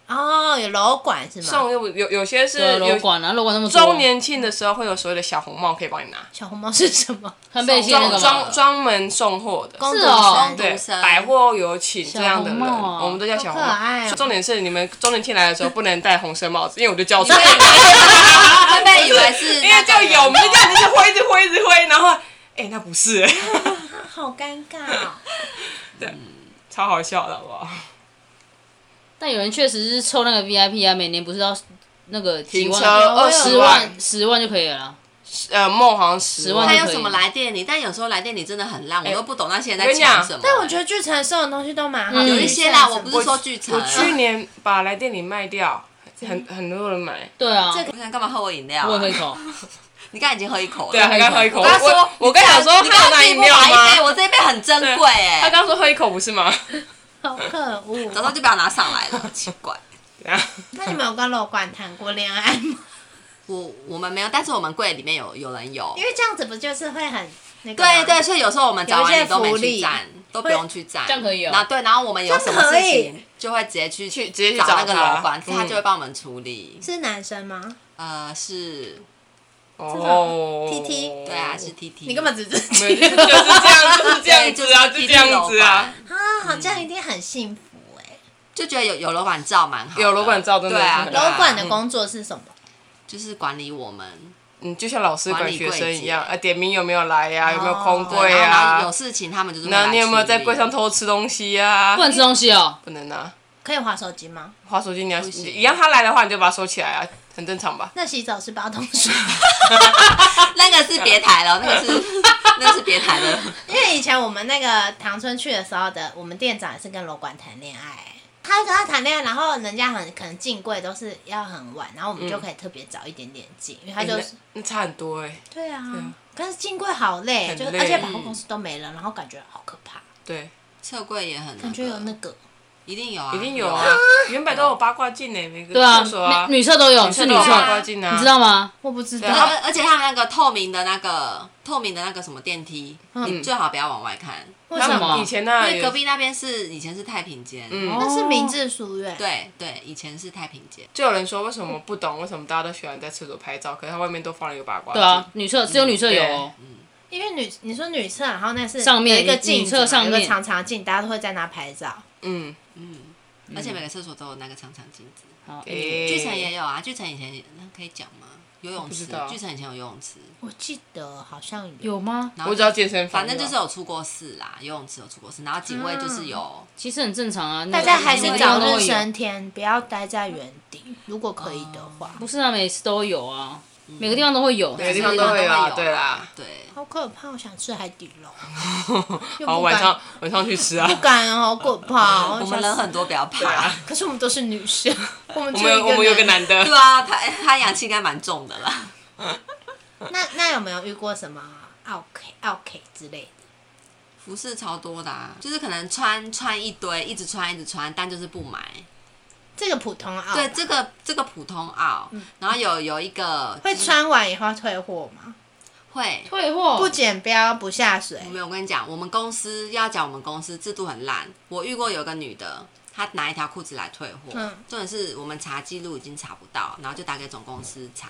哦，有楼管是吗？送又不有有些是对，楼有管啊，楼管那么多，周年庆的时候会有所谓的小红帽可以帮你拿，小红帽是什 么？很被谢那专个专嘛，专门送货的，公主是哦生对对服务，生百货有请这样的人，小红帽啊我们都叫小红好可爱帽。哦重点是你们周年庆来的时候不能戴红色帽子，因为我就叫 错，会被以为是 因为那叫个有，我人们就这样子一直挥，一直挥，一直挥，然后哎、那不是、 欸，好尴尬、哦。超好笑的，好不好？但有人确实是凑那个 VIP 啊，每年不是要那个几停万哦车我二有十十万，万十万就可以了啦。呃，梦好像十10还万有什么来电你？但有时候来电你真的很烂，我都不懂那些人哎在我跟你讲抢什么。 但我觉得剧城送的东西都蛮好的，嗯有一些啦，我不我是说剧场啊我，去年把来店里卖掉，很很多人买。对啊，我想干嘛喝我饮料啊？我也会口，你刚才已经喝一口了，对啊，他刚喝一口。我刚说我，我跟他说，你他有拿自己饮不料买一杯，吗？我这一杯很珍贵哎、他刚说喝一口不是吗？好可恶早知。道就不要拿上来了，奇怪。对啊那你们有跟楼管谈过恋爱吗？我我们没有，但是我们柜里面有有人有因，为这样子不就是会很那个吗对对，所以有时候我们找完你都没啊有一些福去利站，都不用去站，这样可以哦然后对，然后我们有什么这样可事以情就会直接去去直接去找找那个他老板，嗯他就会帮我们处理。是男生吗？呃，是哦 T T 对啊，是 T T。你干嘛指 指？没有就是这样，就对就是是这样子啊，就这样子啊。啊，好像一定很幸福哎、就觉得有有楼管照蛮好的，有楼管照真的对啊，是很对啊楼管的工作是什么？就是管理我们，嗯，就像老师管学生一样，管理柜姐啊，点名有没有来呀、哦有没有空对柜然后然后有啊？事情他们就是会那来你有没有处在理柜上偷吃东西呀、不能吃东西 哦。不能啊，可以划手机吗？滑手机你要行一样，他来的话你就把它收起来啊，很正常吧？那洗澡是八桶水，啊那个是别台了，那个是那个是别台 了。因为以前我们那个唐村去的时候的，我们店长也是跟楼管谈恋爱、他跟他谈恋爱，然后人家很可能进柜都是要很晚，然后我们就可以特别早一点点进，因为他哎就是那那差很多哎、对啊啊，可是进柜好累，很就是累而且百货公司都没人，然后感觉好可怕，对，侧柜也很、感觉有那个一定有啊，一定有啊，原本都有八卦镜呢、每个对啊厕所啊，，女女厕都有，是都女有厕八卦镜啊，你知道吗？我不知对。对道啊。而而且他们那个透明的那个透明的那个什么电梯，嗯你最好不要往外看，为他什们么？以前因那为隔壁那边是以前是太平间，嗯那是明治书院，对对，以前是太平间，就有人说为什么不懂，为什么大家都喜欢在厕所拍照，可是他外面都放了一个八卦镜。对啊，女厕只有女厕有哦。因为女你说女厕，然后那是上面有一个女镜子女厕嘛，上有一个面长长镜，大家都会在那拍照。嗯，嗯，而且每个厕所都有那个长长镜子，好诶巨城也有啊，巨城以前也那可以讲吗？游泳不池知道，巨城以前有游泳池，我记得好像有，有吗？然后我知道健身房反有，正就是有出过事啦，游泳池有出过事，然后警卫就是有，嗯其实很正常啊。大家还你是每个地早方都日会有升天，不要待在原地，如果可以的话。不是啊，每次都有啊，每个地方都会有。每个地每方个都会有啊啊，对啦， 对，好可怕！我想吃海底捞，又好不晚敢上晚上去吃啊。不敢，好可怕！哦我我们想人死很多，不要怕。可是我们都是女生，我们 我只们有我们有个男 的，对啊，他他阳气应该蛮重的啦。那那有没有遇过什么奥 K 奥 K 之类的？服饰超多的、啊，就是可能穿穿一堆，一直穿一直穿，但就是不买。这个普通奥对，这个这个普通袄，然后有有一个嗯会穿完以后退货吗？会。退货不剪标不下水，没有，我跟你讲，我们公司要讲我们公司制度很烂。我遇过有个女的，她拿一条裤子来退货，嗯重点是我们查记录已经查不到，然后就打给总公司查，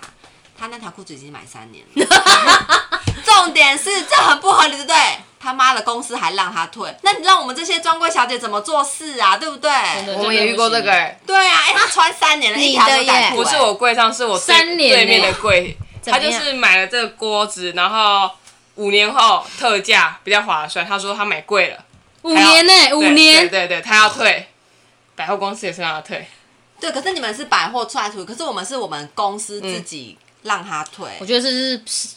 她那条裤子已经买三年 了。重点是这很不合理，对不对？他妈的公司还让她退，那你让我们这些专柜小姐怎么做事啊？对不哎对？的我们也遇过这个哎，对啊，哎、她穿三年了，一你条的牛仔耶裤、不是我柜上，是我对三年对欸面的柜，怎他么就样是买了这个锅子，然后五年后特价比较划算，他说他买贵了，五年他呢，要五对对年对对，他要退，百货公司也是让他退，对，可是你们是百货出来退，可是我们是我们公司自己让她退。嗯我觉得这是是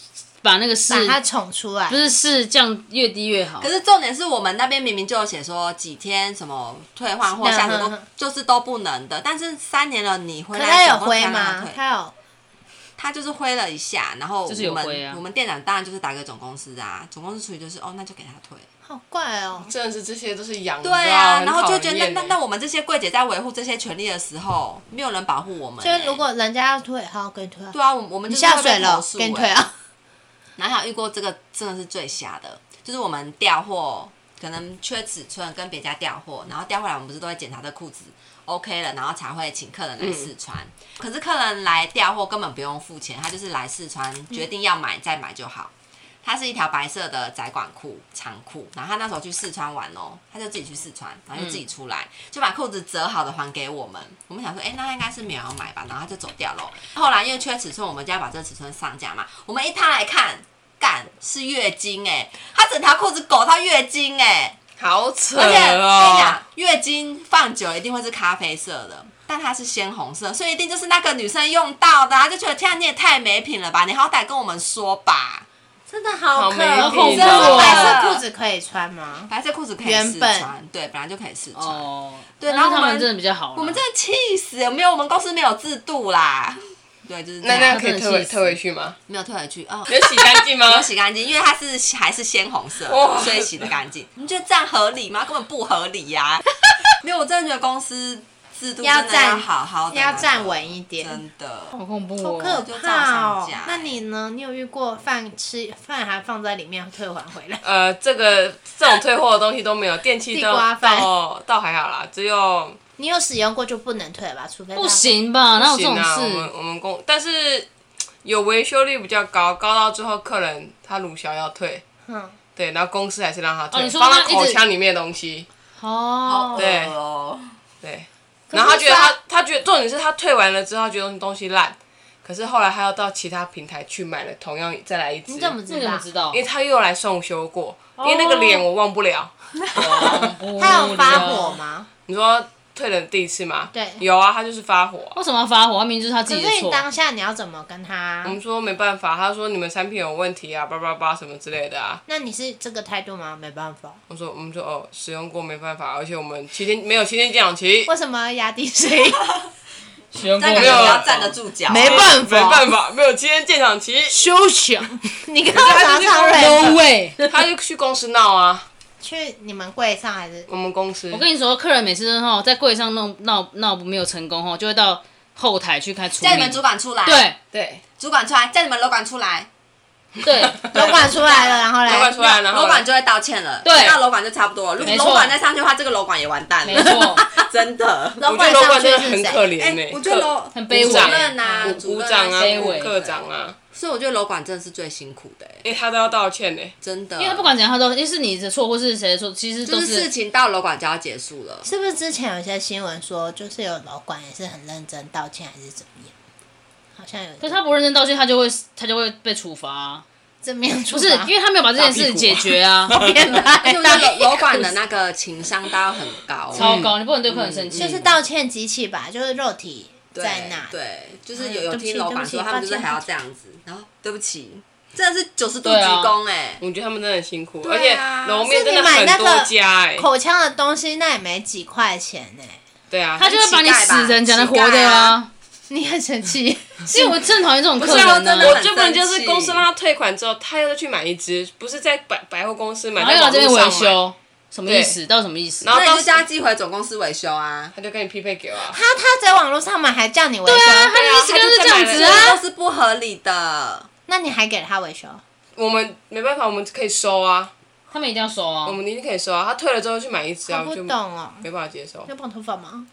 把那个市把它宠出来。不是市降越低越好可。是重点是我们那边明明就有写说几天什么退换货，嗯下次都嗯嗯就是都不能的。但是三年了，你回可来是他有总共灰才让他吗退？他有他就是挥了一下，然后就是有我挥们、啊我们店长当然就是打给总公司啊，总公司处理就是哦，那就给他退。好怪哦，真的是这些都是羊，对啊，然你知道后很就觉得讨那厌那欸那我们这些柜姐在维护这些权利的时候，没有人保护我们、就欸。是如果人家要退，好给你退啊，对啊，我我们你就是下会水被了投，诉、给你退欸。啊。然后还有遇过这个真的是最瞎的，就是我们调货可能缺尺寸跟别家调货，然后调回来我们不是都会检查这裤子 OK 了，然后才会请客人来试穿。可是客人来调货根本不用付钱，他就是来试穿，决定要买再买就好。它是一条白色的窄管裤、长裤，然后他那时候去试穿完哦，他就自己去试穿，然后就自己出来，就把裤子折好的还给我们。我们想说，哎、那他应该是没有要买吧，然后他就走掉了。哦后来因为缺尺寸，我们就要把这个尺寸上架嘛。我们一摊来看，干是月经哎、他整条裤子狗到月经哎、好扯而且哎我跟你哦讲，，月经放久了一定会是咖啡色的，但它是鲜红色，所以一定就是那个女生用到的、啊，就觉得天啊，你也太没品了吧！你好歹跟我们说吧。真的好可好怕，恐怖啊哦白色裤子可以穿吗？白色裤子可以原试本穿，对，本来就可以试穿。哦，对但然后是我他们们真的比较好啦。我们真的气死了，没有我们公司没有制度啦。对，就是这那样那可以他退真的回气死退回去吗？没有退回去哦。有洗干净吗？没有洗干净，因为它是还是鲜红色哇，所以洗的干净。你觉得这样合理吗？根本不合理呀、 没有，我真的觉得公司制度真要的站要好好的，要站，稳一点，真的。好恐怖好可哦。就照怕上哦架。那你呢？你有遇过饭吃饭还放在里面退还回来？ 呃，这个这种退货的东西都没有，电器地都瓜饭倒倒还好啦，只哦有你有使用过就不能退了吧？除非它不，行吧？哪有这行种啊，我们事？我们公，但是有维修率比较高，高到最后客人他乳销要退，嗯，对，然后公司还是让他退，哦你说放到他一直口腔里面的东西，哦，对好恶哦，对，然后他觉得他他觉得重点是他退完了之后他觉得东西烂，可是后来他要到其他平台去买了同样再来一支，你怎么这知怎道哦么？知道因？为他又来送修过，因为那个脸我忘不了。哦他有发火？吗？你说退了第一次吗？对有啊，他就是发火。为什么要发火？他明明就是他自可己的是你错。当下你要怎么跟他我？们说没办法，他说你们产品有问题啊，叭叭叭什么之类的啊。那你是这个态度吗？没办法，我说我们说哦，使用过没办法，而且我们七天没有七天鉴赏期，为什么要压低声音？使用这过样感没觉有比较站得住脚，啊没办法没办法，没有七天鉴赏期，休想！你跟他还常是常那瑞？No way！他就去公司闹啊。去你们柜上还是我们公司我，跟你说，客人每次哈在柜上弄闹闹没有成功哈，就会到后台去开处理叫。你们主管出来，，对对，主管出来，叫你们楼管出来，对楼管出来了，然后老板来出来，然后楼管就会道歉了。对到楼管就差不多了。如果没错楼管再上去的话，这个楼管也完蛋了。没错， 真的。楼我觉管得老上板去真的是很可谁？怜哎、呢，我觉得楼很卑微主任啊，股主股任长啊，卑股微科长啊，所以我觉得楼管真的是最辛苦的、哎哎，他都要道歉呢。真的。因为他不管怎样，他都因为是你的错或是谁的错，其实就都是事情到楼管就要结束了，是不是之前有一些新闻说，就是有楼管也是很认真道歉，还是怎么样？好像有一个，可是他不认真道歉，他就会他就会被处罚啊、正面出不是因为他没有把这件事解决 啊，变而态且我觉得楼楼管的那个情商都要很高，超高，你不能对客人生气。嗯就是道歉机器吧，就是肉体对在那，对，就是哎有有对不起听楼管对不起说，他们就是抱歉还要这样子，然后对不起，真的是九十度鞠对啊躬哎、我觉得他们真的很辛苦，而对且啊楼面是真你的买很那多个家哎，口腔的东西那也没几块钱呢、对啊，他就会把你死人讲的活乞丐的啊啊， 你很生气，因为我正讨厌这种客对人啊，呢、真的我很最不能就是生气公司让他退款之后，他又再去买一支，不是在百百货公司买，然后在要来网这边络维上买，修，什么意思？到底什么意思？然后那你到就叫他寄回总公司维修啊。他就跟你匹配给我啊。他他在网络上买还叫你维修，啊他的意思就是这样子这啊都。是不合理的，那你还给他维修？我们没办法，我们可以收啊，他们一定要收啊我！们一定可以收啊。他退了之后去买一支啊，我我不就懂哦、没办法接受。要绑头发吗？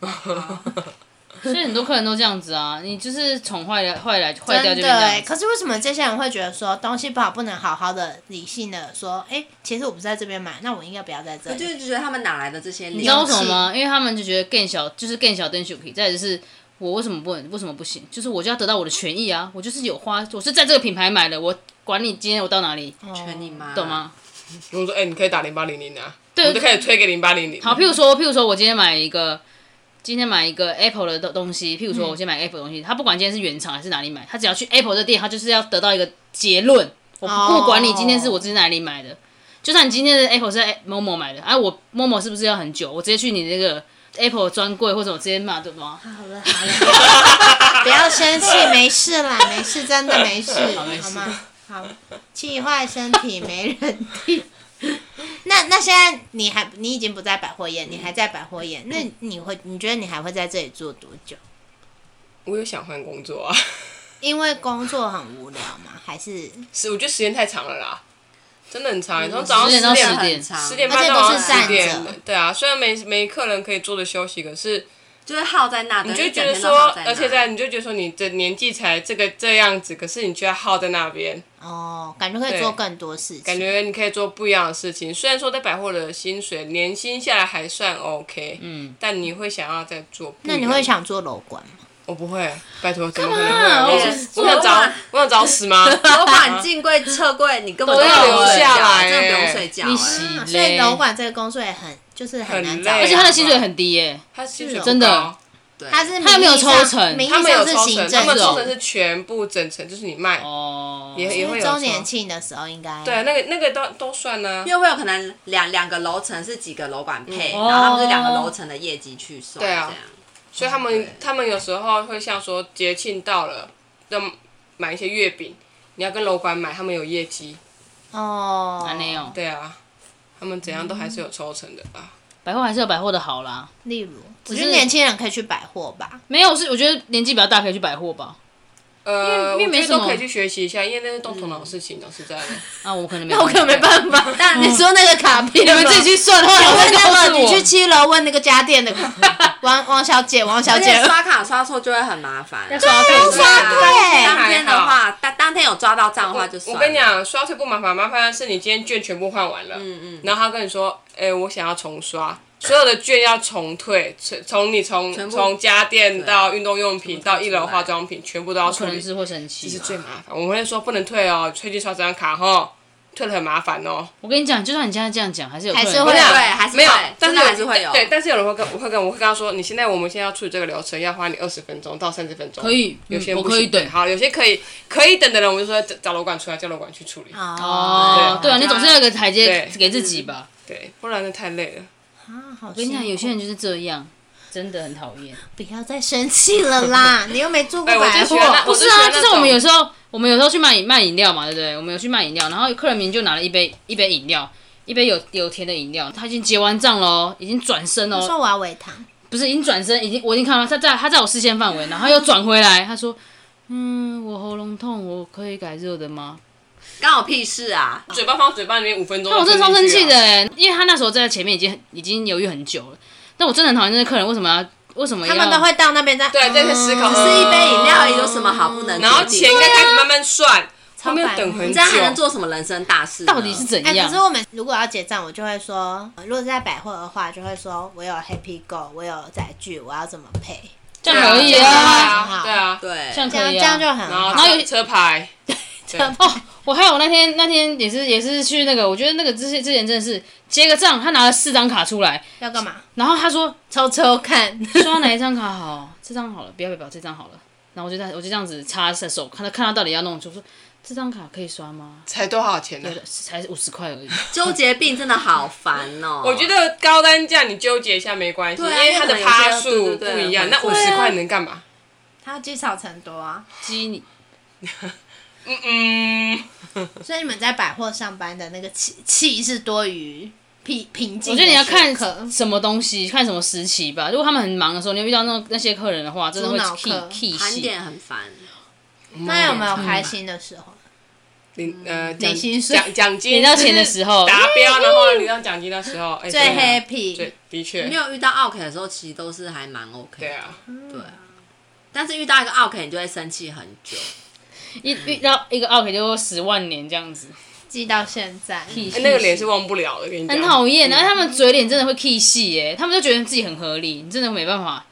所以很多客人都这样子啊，你就是宠坏了，坏了，坏掉真就变的哎、这样子。可是为什么这些人会觉得说东西不好不能好好的理性的说，哎、其实我不在这边买，那我应该不要在这我就里。觉得他们哪来的这些理你知道为什么吗？因为他们就觉得更小，就是更小灯 s h 再来就是我为什么不能，为什么不行？就是我就要得到我的权益啊！我就是有花，我是在这个品牌买的，我管你今天我到哪里，嗯劝你妈懂？吗？我说，哎，你可以打零八零零啊，我对们就开始推给零八零零。好，譬如说，譬如说我今天买一个，今天买一个 Apple 的东东西，譬如说嗯我今天买 Apple 的东西，他不管今天是原厂还是哪里买，他只要去 Apple 这店，他就是要得到一个结论。我哦不管你今天是我在哪里买的，就算你今天的 Apple 是在某某买的，哎、啊，我某某是不是要很久？我直接去你那个 Apple 专柜，或者我直接骂对吗？啊 好了好了，不要生气，没 事啦，没事，真的没事，好没事吗？好，气坏身体没人替。 那那现在你还你已经不在百货业，你还在百货嗯业，那你会你觉得你还会在这里做多久？我有想换工作啊， 因为工作很无聊吗？还是是我觉得时间太长了啦，真的很长，欸你从早嗯十上点十到点10十点，十点而半且到啊都晚是上十站着点，对啊，虽然没没客人可以坐着休息，可是就是耗在那的，你就一觉整得天都说耗，那而且在你就觉得说你的年纪才这个这样子，可是你却耗在那边，哦，感觉可以对做更多事情，感觉你可以做不一样的事情。虽然说在百货的薪水年薪下来还算 OK，嗯，但你会想要再做不一那样。你会想做楼管吗？我不会，拜托，怎么可能会？啊我我我想想做找啊，我想找死 吗？楼管进柜、撤柜，你根本都要不用留睡下觉来真的不欸用睡觉欸。你洗啊所以嘞，楼管这个工作也很就是很难找，很累而且他的薪水啊很低耶、哦他薪水真的不高对他是他有没有名义上抽成名义他们有上是抽行成，他政们抽成职是全部整层，就是你卖，哦，也也因会为有抽周年庆的时候应该对，那个那个都都算啊呢因。为会有可能两两个楼层是几个楼管配，嗯然后他们哦是两个楼层的业绩去算，对这啊样。所以他们他们有时候会像说节庆到了，要买一些月饼，你要跟楼管买，他们有业绩。哦，安内哦，对啊，他们怎样都还是有抽成的啊。百货还是有百货的好啦。例如，我是觉得年轻人可以去百货吧，没有是我觉得年纪比较大可以去百货吧。呃，嗯因为我觉没得什么都可以去学习一下，因为那是动头脑的事情，老实在 的。啊，我可能没，那我可能没办法。但你说那个卡片，你们自己去算，后我来问再告那诉个，我。你去七楼问那个家电的王王小姐，王小而姐且， 刷卡刷错就会很麻烦。刷对对啊当天的话，当当天有抓到账的话就算我了。跟你讲，刷退不麻烦，麻烦的是你今天券全部换完了，嗯嗯，然后他跟你说，哎、我想要重刷，所有的券要重退，从从你全从部从家电到运动用品到一楼化妆品，全部都要处可能理，是会生气这是吧。最麻烦。我们会说不能退哦，最近刷这张卡哈，退了很麻烦哦。我跟你讲，就算你现在这样讲，还是有客人还是会对，啊还是没有，真但是的还是会有。对，但是有人会跟我会跟我会跟他说，你现在我们现在要处理这个流程，要花你二十分钟到三十分钟，可以有些嗯不我可以行等好，有些可以可以等的人，我们就说找找楼管出来，叫楼管去处理，哦，对啊，嗯你总是要有个台阶对给自己吧。对，不然那太累了。啊，好我辛苦，我跟你讲，有些人就是这样，真的很讨厌。不要再生气了啦！你又没做过哎我就百喜货欢，那不我是就喜啊，欢就那是我们种有时候，我们有时候去卖饮卖饮料嘛，对不对？我们有去卖饮料，然后客人明明就拿了一杯一杯饮料，一杯有有甜的饮料，他已经结完账喽，已经转身我喽，说我要维糖，不是已经转身，已经我已经看到他在他在我视线范围，然后又转回来，他说：“嗯，我喉咙痛，我可以改热的吗？”关我屁事啊！嘴巴放嘴巴里面五分钟，那我哦真的超吞生进去气啊的。哎，因为他那时候在前面已经很已经犹豫很久了，但我真的很讨厌那些客人为什么要为什么要他们都会到那边嗯在对，在在思考，哦嗯只哦是一杯饮料而已，有什么好不能决定的？然后钱应该开始慢慢算，后面白等你很久，这样还能做什么人生大事呢？到底是怎哎、样？可是我们如果要结账，我就会说，呃如果是在百货的话，就会说我有 Happy Go，我有载具，我要怎么配？这样可以对啊，啊，对啊，对这？样这可样、以这啊样就很然后好。然后车车牌，对哦，我还有那天那天也是也是去那个，我觉得那个之前之前真的是结个账，他拿了四张卡出来，要干嘛？然后他说抽抽看，刷哪一张卡好？这张好了，不要不要不要，这张好了。然后我就在我就这样子擦下手，看他看他到底要弄出，我说这张卡可以刷吗？才多少钱呢有？的才五十块而 已。纠结病真的好烦哦。我觉得高单价你纠结一下没关系，因对啊为它的趴数因为可能有些对对对不一样。那五对十啊块能干嘛？ 他要积少成多啊。激你嗯，所以你们在百货上班的那个气气是多于平平静。我觉得你要看可，什么东西，看什么时期吧。如果他们很忙的时候，你会遇到那种那些客人的话，真的会猪脑客 key key 盘戏。点很烦。那有没有开心的时候？嗯领呃奖领薪水奖奖金领到钱的时候就是达标，然后领到奖金的时候，哎最对啊 happy，对，的确没有遇到 OK 的时候，其实都是还蛮 OK 的。对啊，对啊但是遇到一个 OK，你就会生气很久。一遇到一个 OK 就十万年这样子，记到现在。 key 哎戏那个脸是忘不了的，跟你讲，很讨厌。啊然后他们嘴脸真的会 key 戏耶，他们就觉得自己很合理，你真的没办法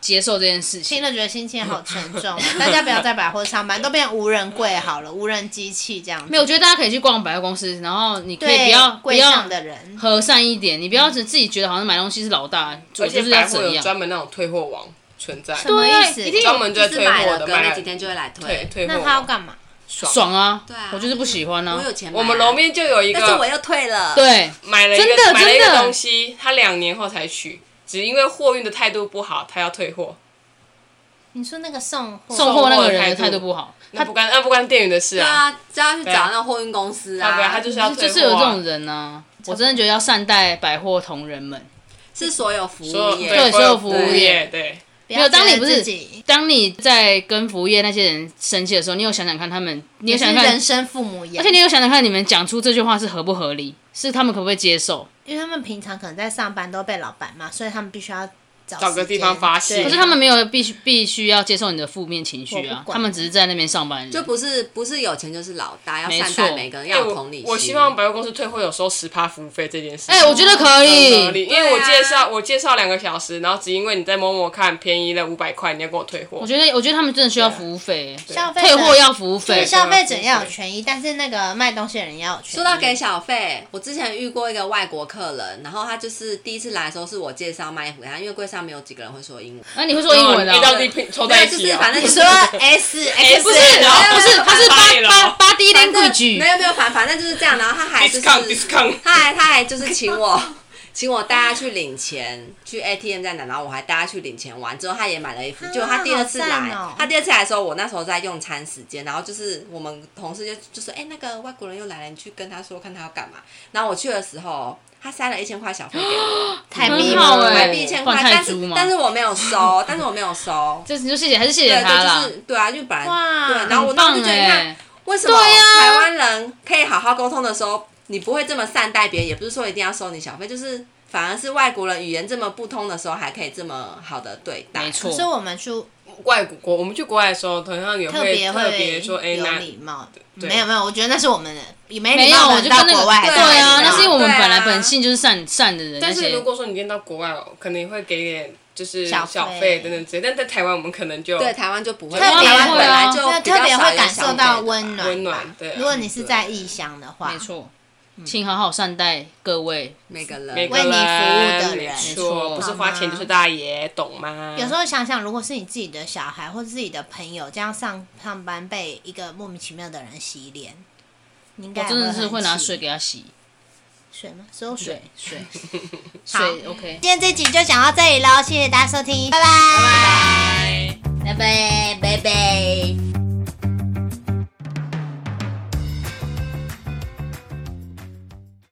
接受这件事听情。了觉得心情好沉重，大家不 要在百货上班，都变无人柜好了，无人机器这样子。没有，我觉得大家可以去逛百货公司，然后你可以不对要不柜要上的人，和善一点，你不要只自己觉得好像买东西是老大，我而且就是百要货怎有样。专门那种退货网存在，什么意对，思一定专有门就就在是退买货了，的，隔买那了几天就会来退退。退货那网，他要干嘛？爽。爽啊！对啊我就是不喜欢啊。我有钱买啊，我们楼面就有一但是我个啊又退了。，对，买了一真的个买了一真个的东西，他两年后才取，只因为货运的态度不好，他要退货。你说那个送货， 送货那个人的态态度度不好，那不关那不关店员的事对啊，啊，就要去找那个货运公司他不要啊他。就是要退就货啊是有这种人呢、我真的觉得要善待百货同仁们。是所有嗯服务所有业，对所有服务业业对。不没有，要当你不觉是得自己当你在跟服务业那些人生气的时候，你有想想看他们，你有是想想看人，生父母养，而且你有想想看，你们讲出这句话是合不合理，是他们可不可以接受？因为他们平常可能在上班都被老板骂，所以他们必须要找找个时地间方发泄对啊可是他们没有必须必须要接受你的负面情绪我啊不，管他们只是在那边上班而已，就不是不是有钱就是老大，要没善错待每个人，哎要有同理心。我希望百货公司退货有收十趴服务费这件事情。哎、我觉得可很合理，以，因为我对啊介绍、我介绍两个小时，然后只因为你在某某看便宜了五百块，你要给我退货我。觉得我觉得他们真的需要对啊服务费、消费退者货要服务对费，消费者要有权益，但是那个卖东西的人也要有权益。说到给小费，我之前遇过一个外国客人，然后他就是第一次来的时候是我介绍卖衣服给他，因为柜上没有几个人会说英文。那、你会说英文一到啊？地拼凑在一就起是啊、哎反正你就是 说 S X 不是，然哎后不是，他是八八八八 D 反正 language，嗯没有没有反反正就是这样，然后他还就是 discount discount，他还他还就是请我 请我带他去领钱，去 ATM 在哪，然后我还带他去领钱玩，之后他也买了一幅，啊结果他第二次好赞来，哦他第二次来的时候，我那时候在用餐时间，然后就是我们同事就就说，哎、那个外国人又来了，你去跟他说看他要干嘛。然后我去的时候，他塞了一千块小费给我，太很逼好了欸台币一千块，换泰但是铢吗但是我没有收，但是我没有收。这你就谢谢还是谢 谢对，他啦，对，就是对啊，因为本来哇对，然后我很当棒时就觉得，你看哎，为什么对啊台湾人可以好好沟通的时候，你不会这么善待别人，也不是说一定要收你小费，就是反而是外国人语言这么不通的时候，还可以这么好的对待。没错所以我们去外国，我们去国外的时候，同样也特会别特别说，哎，有那礼貌的。对没有没有，我觉得那是我们的也没没礼有，貌的哎我人就跟到那个国外还是对对啊，有礼貌那是因为我们对啊本来本性就是善善的人，但而且是如果说你练到国外，哦可能也会给点就是小小费费等等之类，但在台湾我们可能就对台湾就不会，特别台湾本来就那比较特别少会有感小受费到的温暖吧，温暖对啊如果你是在异乡的话，没错，请好好善待各位，每个人每个为你服务的人没人没错错，不是花钱就是大爷，懂吗？有时候想想，如果是你自己的小孩或者自己的朋友，这样上上班被一个莫名其妙的人洗脸，你应该我真的是会会很拿气水给他洗，水吗？所有水水。水 好水 OK，今天这集就讲到这里喽，谢谢大家收听，拜拜，拜。拜拜，拜拜。